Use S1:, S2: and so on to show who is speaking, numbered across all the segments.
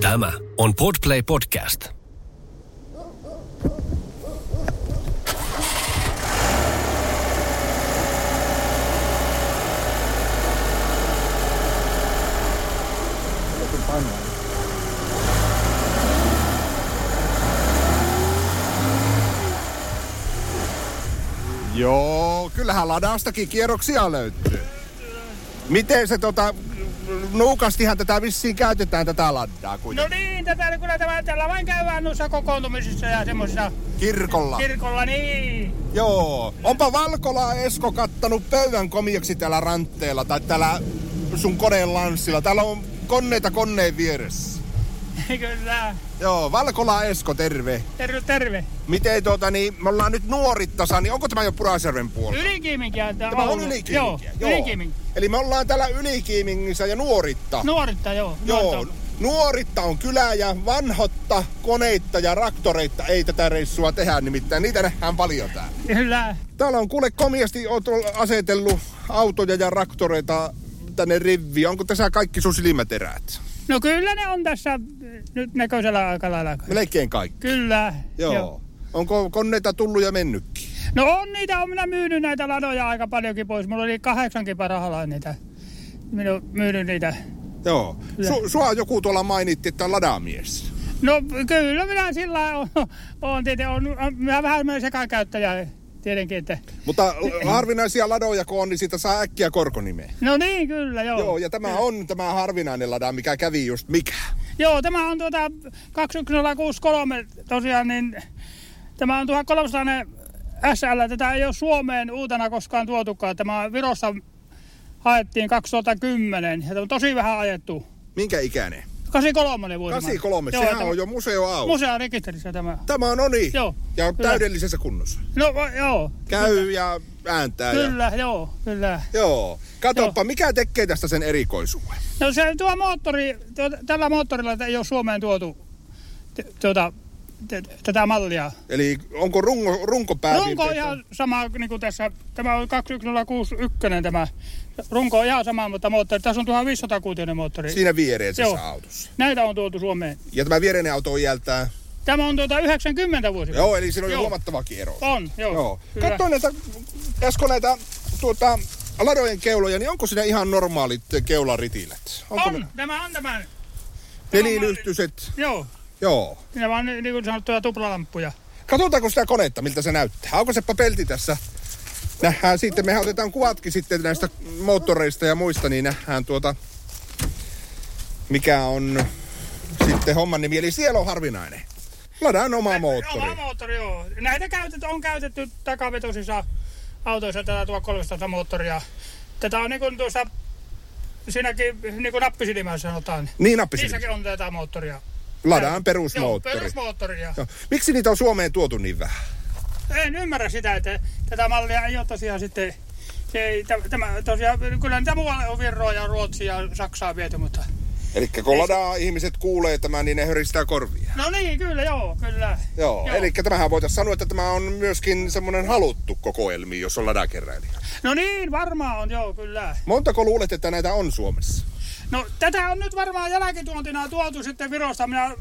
S1: Tämä on Podplay Podcast.
S2: Joo, kyllähän ladaustakin kierroksia löytyy. Miten se tota, nuukastihan tätä vissiin käytetään tätä laddaa
S3: No
S2: kuitenkin.
S3: niin, tätä kyllä tämä, tällä vain käydään noissa kokoontumisissa ja semmoisissa
S2: Kirkolla.
S3: kirkolla, niin.
S2: Joo. Onpa Valkola Esko kattanut pöydän komiaksi täällä ranteella tai täällä sun koneen lanssilla. Täällä on koneita koneen vieressä.
S3: niin Kyllä.
S2: Joo, Valkola Esko, terve.
S3: Terve, terve.
S2: Miten tuota, niin me ollaan nyt nuorittasa, niin onko tämä jo Purasjärven puolella?
S3: Ylikiiminkiä tämä
S2: Tämä on
S3: Oulu.
S2: Ylikiiminkiä.
S3: Joo, Ylikiiminki.
S2: Eli me ollaan täällä Ylikiimingissä ja nuoritta.
S3: Nuoritta, joo.
S2: Joo,
S3: nuorta.
S2: nuoritta on kylä ja vanhotta, koneita ja raktoreita ei tätä reissua tehdä, nimittäin niitä nähdään paljon täällä.
S3: Kyllä.
S2: Täällä on kuule komiasti oot asetellut autoja ja raktoreita tänne riviin. Onko tässä kaikki sun silmäterät?
S3: No kyllä ne on tässä äh, nyt näköisellä aika lailla.
S2: Melkein kaikki.
S3: Kyllä.
S2: Joo. Joo. Onko koneita tullut ja mennytkin?
S3: No on niitä, on minä myynyt näitä ladoja aika paljonkin pois. Mulla oli kahdeksankin parhaalla niitä. Minä olen myynyt niitä.
S2: Joo. Su- sua joku tuolla mainitti, että on ladamies.
S3: No kyllä minä sillä lailla on, on tietenkin. On, on, minä vähän semmoinen sekakäyttäjä tietenkin, että...
S2: Mutta l- harvinaisia ladoja kun on, niin siitä saa äkkiä korkonimeen.
S3: No niin, kyllä, joo.
S2: Joo, ja tämä on tämä harvinainen lada, mikä kävi just mikä.
S3: Joo, tämä on tuota 21063 tosiaan, niin tämä on 1300 SL. Tätä ei ole Suomeen uutena koskaan tuotukaan. Tämä on Virossa haettiin 2010 ja tämä on tosi vähän ajettu.
S2: Minkä ikäinen?
S3: 83 vuosi.
S2: 83, sehän on jo museoauto.
S3: museorekisterissä tämä.
S2: Tämä on, no niin.
S3: Joo,
S2: Ja on
S3: kyllä.
S2: täydellisessä kunnossa.
S3: No va- joo,
S2: Käy ja ääntää ja...
S3: kyllä, joo, kyllä.
S2: Joo. Katoppa, mikä tekee tästä sen erikoisuuden?
S3: No se tuo moottori, tuo, tällä moottorilla ei ole Suomeen tuotu t- tuota, t- tätä mallia.
S2: Eli onko runko, runkopää?
S3: Runko on ihan sama niin kuin tässä. Tämä on 21061 tämä. Runko on ihan sama, mutta moottori. Tässä on 1500 kuutioinen moottori.
S2: Siinä viereisessä
S3: Joo.
S2: autossa.
S3: Näitä on tuotu Suomeen.
S2: Ja tämä viereinen auto on jältää.
S3: Tämä on tuota 90 vuosi.
S2: Joo, eli siinä on jo
S3: Joo.
S2: huomattavakin ero.
S3: On, joo.
S2: Joo.
S3: Kyllä.
S2: Katso näitä, Esko näitä tuota, ladojen keuloja, niin onko siinä ihan normaalit keularitilät? Onko
S3: on,
S2: ne
S3: tämä on tämän.
S2: nelilyhtyiset?
S3: Joo.
S2: Joo.
S3: Nämä on ni- niin kuin sanottuja tuplalamppuja.
S2: Katsotaanko sitä konetta, miltä se näyttää? Onko se pelti tässä? Nähdään sitten, mehän otetaan kuvatkin sitten näistä moottoreista ja muista, niin nähdään tuota, mikä on sitten homman nimi. Eli siellä on harvinainen. Ladaan oma moottori.
S3: Oma moottori, joo. Näitä käytet, on käytetty takavetosissa autoissa tätä 1300 moottoria. Tätä on niin kuin tuossa, siinäkin niin kuin nappisilmässä sanotaan.
S2: Niin nappisin.
S3: Niissäkin on tätä moottoria.
S2: Ladaan
S3: Joo,
S2: perusmoottori.
S3: perusmoottoria.
S2: Joo. Miksi niitä on Suomeen tuotu niin vähän?
S3: En ymmärrä sitä, että tätä mallia ei ole tosiaan sitten... Se ei, tä- tämä, tosiaan, kyllä niitä muualle on Virroa ja Ruotsia ja Saksaa viety, mutta...
S2: Eli kun ladaa ihmiset kuulee tämän, niin ne höristää korvia.
S3: No niin, kyllä, joo, kyllä.
S2: Joo, Joo. eli tämähän voitaisiin sanoa, että tämä on myöskin semmoinen haluttu kokoelmi, jos on ladakeräilijä.
S3: No niin, varmaan on, joo, kyllä.
S2: Montako luulet, että näitä on Suomessa?
S3: No tätä on nyt varmaan jälkituontina tuotu sitten Virosta. Minä,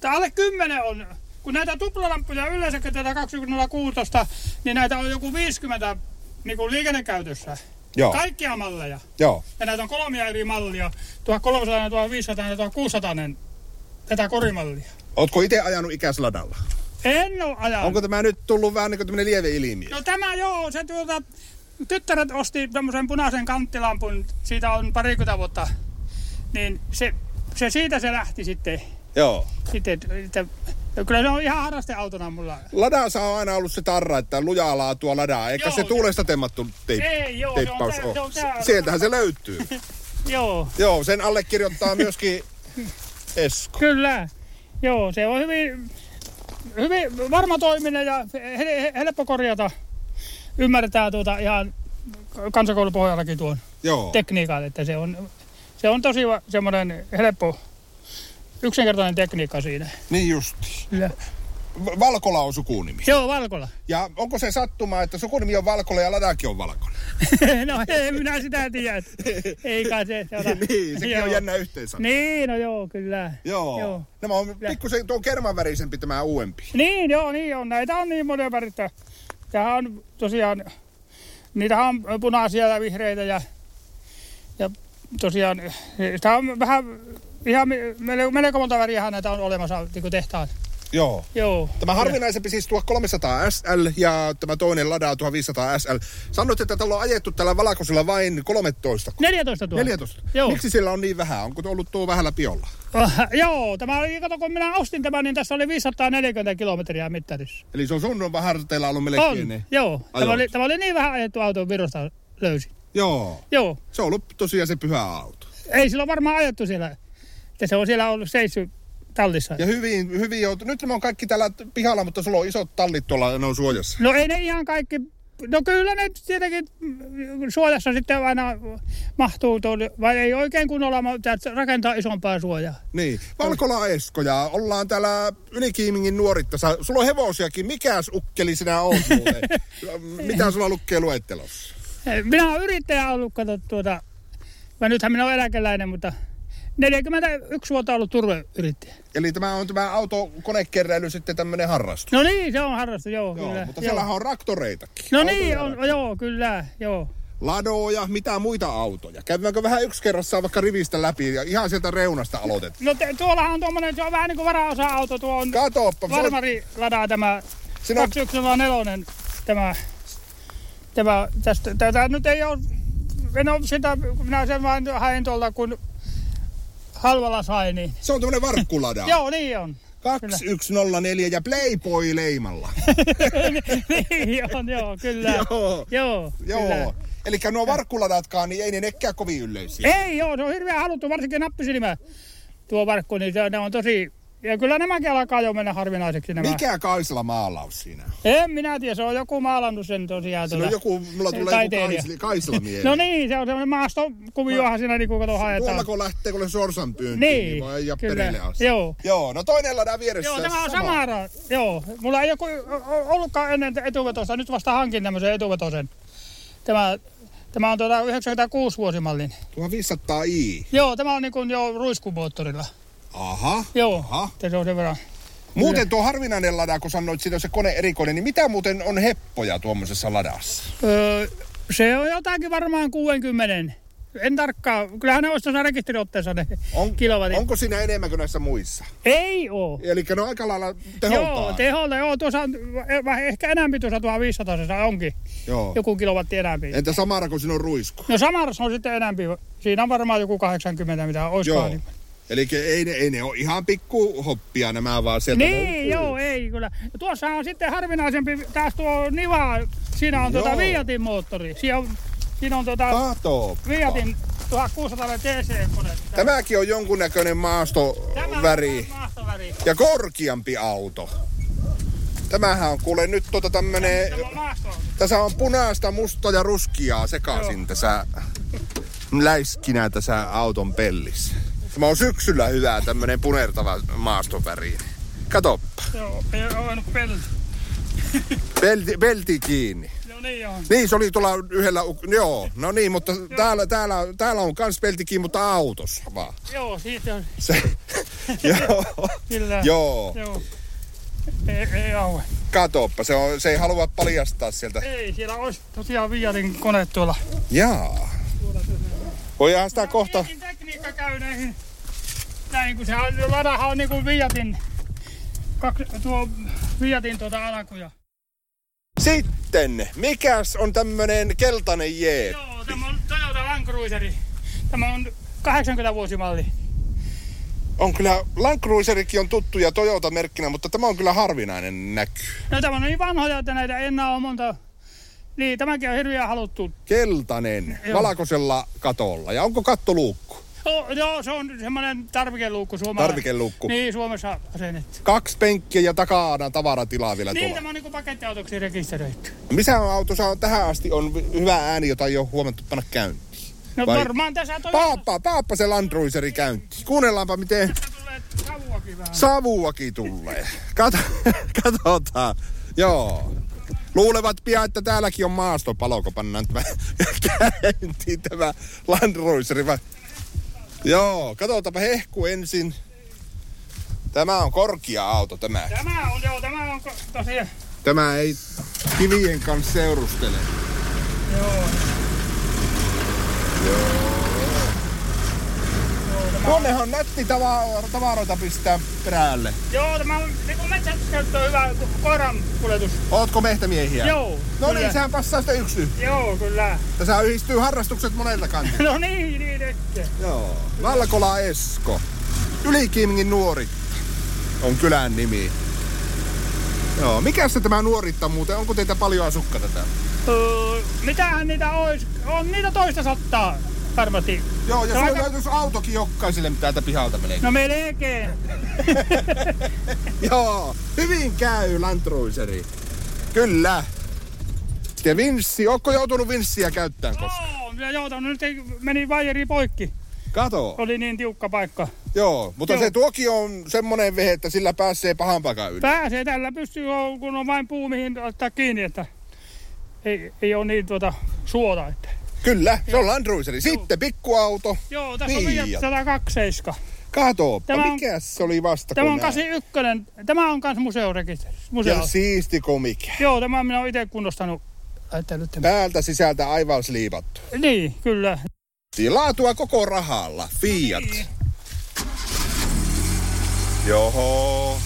S3: tää alle 10 on. Kun näitä tuplalampuja yleensäkin tätä 2016, niin näitä on joku 50 niin kuin liikennekäytössä.
S2: Joo.
S3: Kaikkia malleja.
S2: Joo.
S3: Ja näitä on kolmia eri mallia. 1300, 1500 ja 1600 tätä korimallia.
S2: Ootko itse ajanut ikäsladalla?
S3: En ole ajanut.
S2: Onko tämä nyt tullut vähän niin kuin lieve ilmiö?
S3: No tämä joo, se tuota, tyttäret osti tämmöisen punaisen kanttilampun, siitä on parikymmentä vuotta, niin se, se siitä se lähti sitten.
S2: Joo.
S3: sitten että, että, kyllä se on ihan harrasteautona mulla.
S2: Ladassa on aina ollut se tarra, että lujaa laatua ladaa. Eikä
S3: Joo.
S2: se tuulesta temmattu teip-
S3: Ei, joo, se on
S2: teippaus
S3: tää-
S2: ole.
S3: se on tää-
S2: S- Sieltähän se löytyy.
S3: Joo,
S2: Joo, sen allekirjoittaa myöskin Esko.
S3: kyllä. Joo, se on hyvin, hyvin varma toiminen ja he, he, helppo korjata. Ymmärtää tuota ihan kansakoulupohjallakin tuon
S2: Joo.
S3: tekniikan, että se on, se on tosi va- semmoinen helppo, yksinkertainen tekniikka siinä.
S2: Niin justi.
S3: Kyllä.
S2: V- Valkola on sukunimi.
S3: Joo, Valkola.
S2: Ja onko se sattuma, että sukunimi on Valkola ja Ladakin on Valkola?
S3: no ei minä sitä tiedä. Ei kai se. Jota.
S2: niin, sekin on jännä yhteensä.
S3: Niin, no joo, kyllä.
S2: Joo. joo. Nämä on pikkusen tuon kerman värisempi tämä uudempi.
S3: Niin, joo, niin on. Näitä on niin monia värittä. Tämähän on tosiaan, niitä on punaisia ja vihreitä ja, ja tosiaan, tämä on vähän, ihan mel- melko monta väriähän näitä on olemassa niin kuin tehtaan.
S2: Joo.
S3: Joo.
S2: Tämä harvinaisempi siis 1300 SL ja tämä toinen Lada 1500 SL. Sanoit, että tällä on ajettu tällä valakosilla vain 13.
S3: 14 000.
S2: 14.
S3: Joo.
S2: Miksi sillä on niin vähän? Onko tuo ollut tuo vähällä piolla?
S3: Joo, tämä oli, kato kun minä ostin tämän, niin tässä oli 540 kilometriä mittarissa.
S2: Eli se on sun vähän harteilla ollut melkein.
S3: On,
S2: ne.
S3: joo.
S2: Ajot.
S3: Tämä oli, tämä oli niin vähän ajettu auto, virosta löysin.
S2: Joo.
S3: Joo,
S2: Se on ollut tosiaan se pyhä auto.
S3: ei sillä varmaan ajettu siellä. Että se on siellä ollut seissy tallissa.
S2: Ja hyvin, hyvin on. Nyt ne on kaikki täällä pihalla, mutta sulla on isot tallit tuolla ja ne on suojassa.
S3: No ei ne ihan kaikki, no kyllä ne tietenkin suojassa sitten aina mahtuu tuonne, vai ei oikein kunnolla, mutta täytyy rakentaa isompaa suojaa.
S2: Niin. Valkola Esko ja ollaan täällä Ylikiimingin nuorittassa. Sulla on hevosiakin. Mikäs ukkeli sinä on muuten? Mitä sulla lukee luettelossa?
S3: Minä olen yrittäjä ollut, kato tuota, vai nythän minä olen eläkeläinen, mutta 41 vuotta ollut turveyrittäjä.
S2: Eli tämä on tämä autokonekeräily sitten tämmöinen harrastus.
S3: No niin, se on harrastus, joo,
S2: Joo,
S3: kyllä.
S2: mutta
S3: joo.
S2: siellähän on traktoreitakin.
S3: No
S2: Autoja
S3: niin,
S2: ja
S3: on, joo, kyllä, joo.
S2: Ladoja, mitä muita autoja. Käydäänkö vähän yksi kerrassaan vaikka rivistä läpi ja ihan sieltä reunasta aloitetaan.
S3: No te, tuollahan on tuommoinen, se on vähän niin kuin varaosa-auto, tuo on
S2: Katoppa, Varma...
S3: varmari ladaa tämä
S2: Sinä on-
S3: 2104 tämä, tämä, tästä, tätä nyt ei ole, en ole sitä, minä sen vain hain tuolta, kun halvalla sai, niin.
S2: se on tämmöinen varkkulada.
S3: Joo, niin on.
S2: 2104 ja Playboy-leimalla.
S3: niin on, joo, kyllä.
S2: Joo.
S3: Joo,
S2: Joo.
S3: kyllä.
S2: Eli nuo varkkuladatkaan, niin ei ne nekään kovin yleisiä.
S3: Ei joo, se on hirveän haluttu, varsinkin nappisilmä tuo varkku, niin se, ne on tosi... Ja kyllä nämäkin alkaa jo mennä harvinaiseksi nämä.
S2: Mikä Kaisla maalaus siinä on?
S3: En minä tiedä, se on joku maalannut sen tosiaan.
S2: Siinä on
S3: tuota.
S2: joku, mulla tulee joku
S3: Taiteilija.
S2: Kaisla, Kaisla mieleen.
S3: No niin, se on semmoinen maastokuviohan siinä niin kuin kato
S2: Tuolla
S3: haetaan.
S2: kun lähtee, kun sorsan pyyntiin, niin,
S3: Niin,
S2: niin voi ja
S3: kyllä.
S2: perille asti.
S3: Joo.
S2: Joo, no toinen lada vieressä.
S3: Joo, tämä on Samara. Joo, mulla ei joku ollutkaan ennen etuvetosta. Nyt vasta hankin tämmöisen etuvetosen. Tämä, tämä on tuota 96 vuosimallin.
S2: 1500 i.
S3: Joo, tämä on niin kuin jo ruiskumoottorilla.
S2: Aha.
S3: Joo,
S2: Aha.
S3: se on sen verran.
S2: Muuten tuo harvinainen lada, kun sanoit, siitä on se kone erikoinen, niin mitä muuten on heppoja tuommoisessa ladassa?
S3: Öö, se on jotakin varmaan 60. En tarkkaan. Kyllähän ne olisi tuossa rekisteriotteessa ne
S2: On,
S3: kilowatit.
S2: onko siinä enemmän kuin näissä muissa?
S3: Ei oo.
S2: Eli ne on aika lailla
S3: Joo,
S2: teholtaan.
S3: teholta. Joo, tuossa on vähän ehkä enämpi tuossa 1500 onkin.
S2: Joo.
S3: Joku kilowatti enämpi.
S2: Entä Samara, kun siinä on ruisku?
S3: No Samarassa on sitten enempi. Siinä on varmaan joku 80, mitä
S2: Joo.
S3: olisikohan. Niin,
S2: Eli ei ne, ei ne ole ihan pikkuhoppia nämä, vaan sieltä...
S3: niin joo, ei kyllä. Ja tuossa on sitten harvinaisempi taas tuo Niva. Siinä on
S2: Joo.
S3: tuota Viatin moottori. Siinä on, siinä on tuota
S2: Kato.
S3: Viatin 1600 TC-kone.
S2: Tämäkin on jonkunnäköinen
S3: Tämä on
S2: maastoväri
S3: maastoväri.
S2: ja korkeampi auto. Tämähän on kuule nyt tota tämmönen...
S3: Tämä on maasto.
S2: Tässä on punaista, mustaa ja ruskiaa sekaisin tässä läiskinä tässä auton pellissä. Tämä on syksyllä hyvä tämmönen punertava maastoväri. Katoppa.
S3: Joo, ei ole ollut pelti.
S2: Pelti, pelti kiinni.
S3: No niin on.
S2: Niin, se oli tuolla yhdellä... uk- Joo, no niin, mutta täällä, täällä, täällä on kans pelti kiinni, mutta autossa vaan.
S3: Joo, siitä on.
S2: Se, joo,
S3: Kyllä.
S2: joo.
S3: Joo. Ei, ei aue.
S2: Katoppa, se, on, se ei halua paljastaa sieltä.
S3: Ei, siellä olisi tosiaan Viatin kone tuolla.
S2: Jaa. Voidaan sitä kohta...
S3: Mietin tekniikka käy näihin. Näin, kun se on- ladahan on niinku Viatin, kaksi, tuo Viatin tuota alkuja.
S2: Sitten, mikäs on tämmönen keltainen jeep?
S3: Joo, tämä on Toyota Land Cruiseri. Tämä on 80 vuosimalli.
S2: On kyllä, Land Cruiserikin on tuttu ja Toyota-merkkinä, mutta tämä on kyllä harvinainen näky.
S3: No tämä on niin vanhoja, että näitä ei enää ole monta. Niin, tämäkin on hirveän haluttu.
S2: Keltainen,
S3: Joo.
S2: valkoisella katolla. Ja onko kattoluukku?
S3: Oh, joo, se on semmoinen tarvikeluukku suomalainen.
S2: Tarvikeluukku.
S3: Niin, Suomessa asennettu.
S2: Kaksi penkkiä ja takana tavaratilaa vielä
S3: Niin,
S2: tuolla.
S3: tämä on niinku pakettiautoksi rekisteröity.
S2: Missä autossa on tähän asti on vi- hyvä ääni, jota ei ole huomattu panna käyntiin?
S3: No
S2: Vai-
S3: varmaan tässä Toyota
S2: Paappa, paappa se Land Cruiseri käyntiin. Kuunnellaanpa miten
S3: tulee savua. savuakin vähän.
S2: Savuakin tulee. Kato, katsotaan. Joo. Luulevat pian, että täälläkin on maastopalo, kun pannaan tämä käyntiin tämä Land Cruiseri. Vai- Joo, katsotaanpa hehku ensin. Tämä on korkea auto tämä.
S3: Tämä on, joo, tämä on ko- tosiaan.
S2: Tämä ei kivien kanssa seurustele.
S3: Joo,
S2: Tuonnehan on nätti tava- tavaroita pistää perälle.
S3: joo tämä on niin kuin metsästyskäyttö on hyvä ku- koiran kuljetus.
S2: Ootko mehtämiehiä?
S3: Joo.
S2: No
S3: kyllä.
S2: niin, sehän passaa sitä yksi nyt.
S3: Joo, kyllä.
S2: Tässä yhdistyy harrastukset monelta kantilta.
S3: No niin, niin ehkä.
S2: Joo. Valkola Esko. Ylikimingin nuori on kylän nimi. Joo, mikä se tämä nuoritta muuten? Onko teitä paljon asukkaita täällä?
S3: Öö, mitähän niitä ois? On niitä toista sattaa varmasti.
S2: Joo, ja
S3: No
S2: sulla
S3: aika-
S2: löytyisi autokin jokaiselle mitä täältä pihalta menee.
S3: No melkein.
S2: Joo, hyvin käy Land Cruiseri. Kyllä. Ja vinssi, ootko joutunut vinssiä käyttämään koskaan?
S3: Joo, ja joo, tämä nyt ei- meni vajeri poikki.
S2: Kato.
S3: Oli niin tiukka paikka.
S2: Joo, mutta
S3: Joo.
S2: se tuoki on semmonen vehe, että sillä pääsee pahan pakan yli.
S3: Pääsee tällä pystyy, kun on vain puu mihin ottaa kiinni, että ei, ei ole niin tuota suota. Että.
S2: Kyllä, se on Land Cruiseri. Sitten pikkuauto.
S3: Joo, tässä
S2: Niin,
S3: on
S2: ja-
S3: vielä 127.
S2: Kato,
S3: Tämä on-
S2: mikä se oli vasta
S3: Tämä
S2: kun
S3: on
S2: näin?
S3: 81. Tämä on kans museorekisterissä. Museo.
S2: Ja siisti komikia.
S3: Joo, tämä minä olen itse kunnostanut. Että nyt...
S2: Päältä sisältä aivan sliivattu.
S3: Niin, kyllä.
S2: Laatua koko rahalla. Fiat.
S3: Niin.
S2: Joho.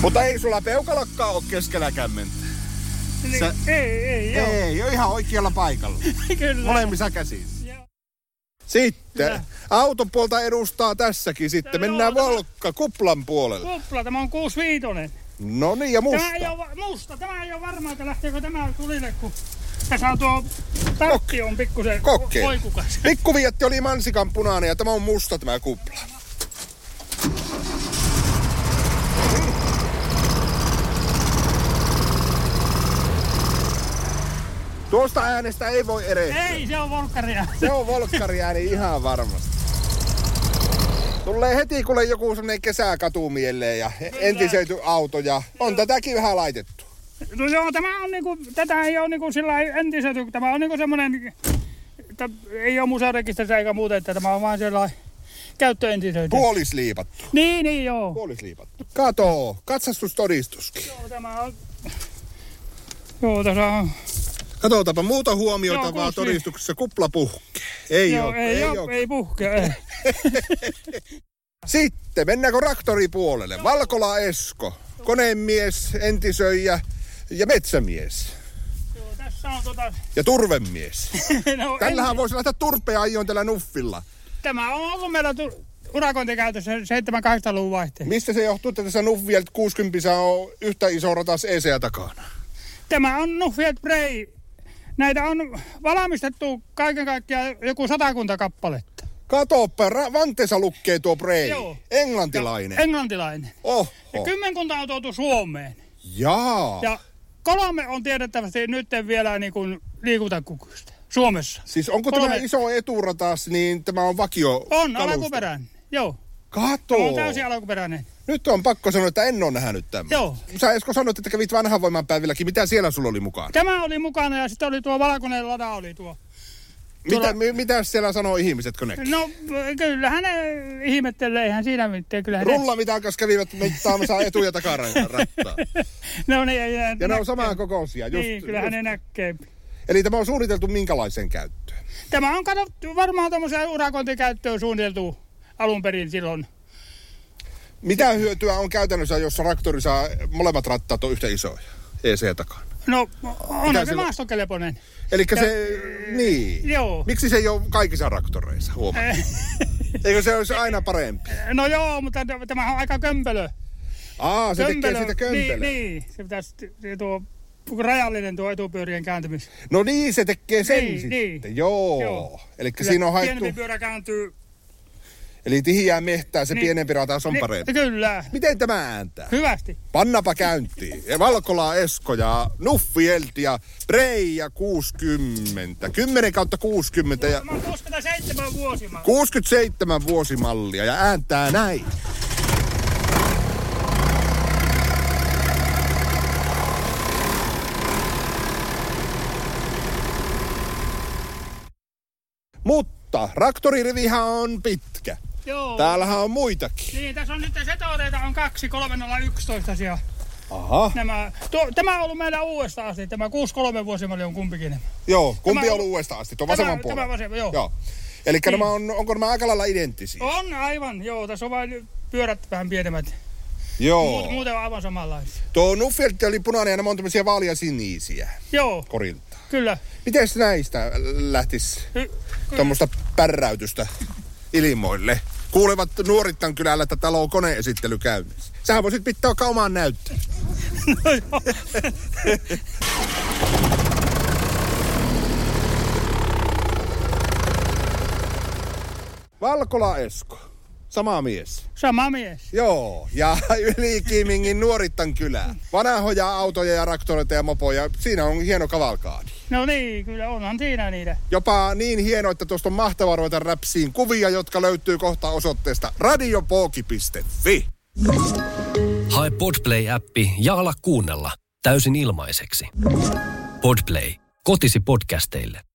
S2: Mutta ei sulla peukalokkaa ole keskellä kämmentä.
S3: Niin,
S2: Sä-
S3: Ei, ei, joo.
S2: Ei, ole ihan oikealla paikalla.
S3: Kyllä.
S2: Molemmissa käsissä.
S3: Joo.
S2: Sitten
S3: Kyllä.
S2: auton puolta edustaa tässäkin sitten.
S3: Joo,
S2: Mennään
S3: tämä-
S2: volkka kuplan puolelle.
S3: Kupla, tämä on 65.
S2: No niin, ja musta.
S3: Tämä ei ole va- musta. Tämä ei ole varmaa, että lähteekö tämä tulille, kun tässä on tuo takki on pikkusen
S2: Kokkeli.
S3: ho- hoikukas.
S2: Pikkuvietti oli mansikan punainen ja tämä on musta tämä kupla. Tuosta äänestä ei voi erehtyä.
S3: Ei, se on volkkaria.
S2: Se on volkkari ääni ihan varmasti. Tulee heti kuule joku semmonen kesäkatu mieleen ja entisöity auto ja on tätäkin vähän laitettu.
S3: No joo, tämä on niinku, tätä ei ole niinku sillä lailla entisetty. Tämä on niinku semmoinen, että ei ole museorekisterissä eikä muuta, että tämä on vaan sellainen käyttöentisöity.
S2: Puolisliipattu.
S3: Niin, niin joo.
S2: Puolisliipattu. Kato, katsastustodistuskin.
S3: Joo, tämä on... Joo, tässä on...
S2: Katsotaanpa muuta huomiota
S3: Joo,
S2: vaan
S3: kuusi.
S2: todistuksessa. Kupla puhkee. Ei
S3: joo,
S2: oo,
S3: ei, ei, ole, ei puhkea. Ei.
S2: Sitten mennäänkö raktoripuolelle? Valkola Esko, konemies, entisöijä ja metsämies.
S3: joo, tässä on tota...
S2: Ja turvemies.
S3: No,
S2: Tällähän voisi laittaa turpea ajoon tällä nuffilla.
S3: Tämä on ollut meillä tu- urakointikäytössä 7-8-luvun vaihteessa.
S2: Mistä se johtuu, että tässä nuffia 60 on yhtä iso ratas ECä takana?
S3: Tämä on Nuffield Prey. Näitä on valmistettu kaiken kaikkiaan joku satakunta kappaletta.
S2: Katoppa, ra- Vantesa lukee tuo Brei.
S3: Joo.
S2: Englantilainen.
S3: Englantilainen.
S2: Oho.
S3: Ja kymmenkunta on tuotu Suomeen.
S2: Oh. Jaa.
S3: Ja kolme on tiedettävästi nyt vielä niin kuin liikuntakykyistä Suomessa.
S2: Siis onko
S3: Kolme.
S2: tämä iso eturatas, niin tämä on vakio
S3: On
S2: kalusto?
S3: alkuperäinen. Joo.
S2: Kato.
S3: Tämä on täysin alkuperäinen.
S2: Nyt on pakko sanoa, että en ole nähnyt tämän.
S3: Joo.
S2: Sä Esko sanoit, että kävit vanhan voiman päivilläkin. Mitä siellä sulla oli mukaan?
S3: Tämä oli mukana ja sitten oli tuo valkoinen lada oli tuo.
S2: Mitä, mi, mitä siellä sanoo ihmiset, kun ne?
S3: Tuota- No kyllähän ne ihmettelee, eihän siinä mitään. Kyllähän ne-
S2: Rulla mitä kanssa kävivät mittaamassa etu- ja takarattaa.
S3: No niin, ei, ei,
S2: Ja ne on samaa kokoisia. Just,
S3: niin, kyllähän
S2: just.
S3: ne näkee.
S2: Eli tämä on suunniteltu minkälaiseen käyttöön?
S3: Tämä on katsottu varmaan tuommoiseen urakointikäyttöön suunniteltu alun perin silloin.
S2: Mitä hyötyä on käytännössä, jos traktori saa molemmat rattaat on yhtä isoja EC takana?
S3: No,
S2: Mitä
S3: on se
S2: sillä-
S3: maastokelpoinen.
S2: Eli se, niin.
S3: Joo.
S2: Miksi se ei ole kaikissa traktoreissa, huomaa? Eikö se olisi aina parempi?
S3: No joo, mutta t- tämä on aika kömpelö.
S2: Aa, se tekee siitä kömpelön.
S3: Niin, niin, se pitäisi se tuo rajallinen tuo etupyörien kääntymis.
S2: No niin, se tekee sen
S3: Niin,
S2: sitten.
S3: niin.
S2: Joo.
S3: Joo.
S2: Eli
S3: Kyllä
S2: siinä on haettu...
S3: Pienempi pyörä kääntyy
S2: Eli tihiää mehtää, se niin. pienempi rataus on
S3: Ni-
S2: parempi.
S3: Kyllä,
S2: Miten tämä ääntää?
S3: hyvästi.
S2: Pannapa käyntiin. Ja Valkola Esko ja Nuffi Elti ja Preija 60. 10 kautta 60 ja
S3: Mä oon 67 vuosi mä.
S2: 67 vuosimallia ja ääntää näin. Mutta traktoririvihän on pitkä.
S3: Joo.
S2: Täällähän on muitakin.
S3: Niin, tässä on nyt setoreita on kaksi 3011 siellä.
S2: Aha.
S3: Nämä, tuo, tämä on ollut meillä uudesta asti, tämä 63 vuosimalli on kumpikin.
S2: Joo, kumpi
S3: Tämä-
S2: on ollut uudestaan asti? Tuo
S3: tämä-
S2: vasemman puolella.
S3: tämä vasemman, joo. Niin.
S2: joo. Eli nämä on, onko nämä aika lailla identtisiä?
S3: On aivan, joo, tässä on vain pyörät vähän pienemmät.
S2: Joo.
S3: Muut, muuten on aivan samanlaisia.
S2: Tuo Nuffeltti oli punainen ja nämä on tämmöisiä vaalia sinisiä
S3: Joo,
S2: korilta.
S3: kyllä.
S2: Miten näistä lähtisi
S3: Hy- kyllä.
S2: tuommoista pärräytystä ilmoille? Kuulevat nuorittan kylällä, että talo on koneesittely käynnissä. Sähän voisit pitää vaikka omaan näyttöön. Valkola Esko. Sama mies.
S3: Sama mies.
S2: Joo, ja yli Kiimingin nuorittan kylää. Vanhoja autoja ja traktoreita ja mopoja. Siinä on hieno kavalkaadi.
S3: No niin, kyllä onhan siinä niitä.
S2: Jopa niin hieno, että tuosta on mahtavaa ruveta räpsiin kuvia, jotka löytyy kohta osoitteesta radiopooki.fi.
S1: Hae Podplay-appi ja ala kuunnella täysin ilmaiseksi. Podplay. Kotisi podcasteille.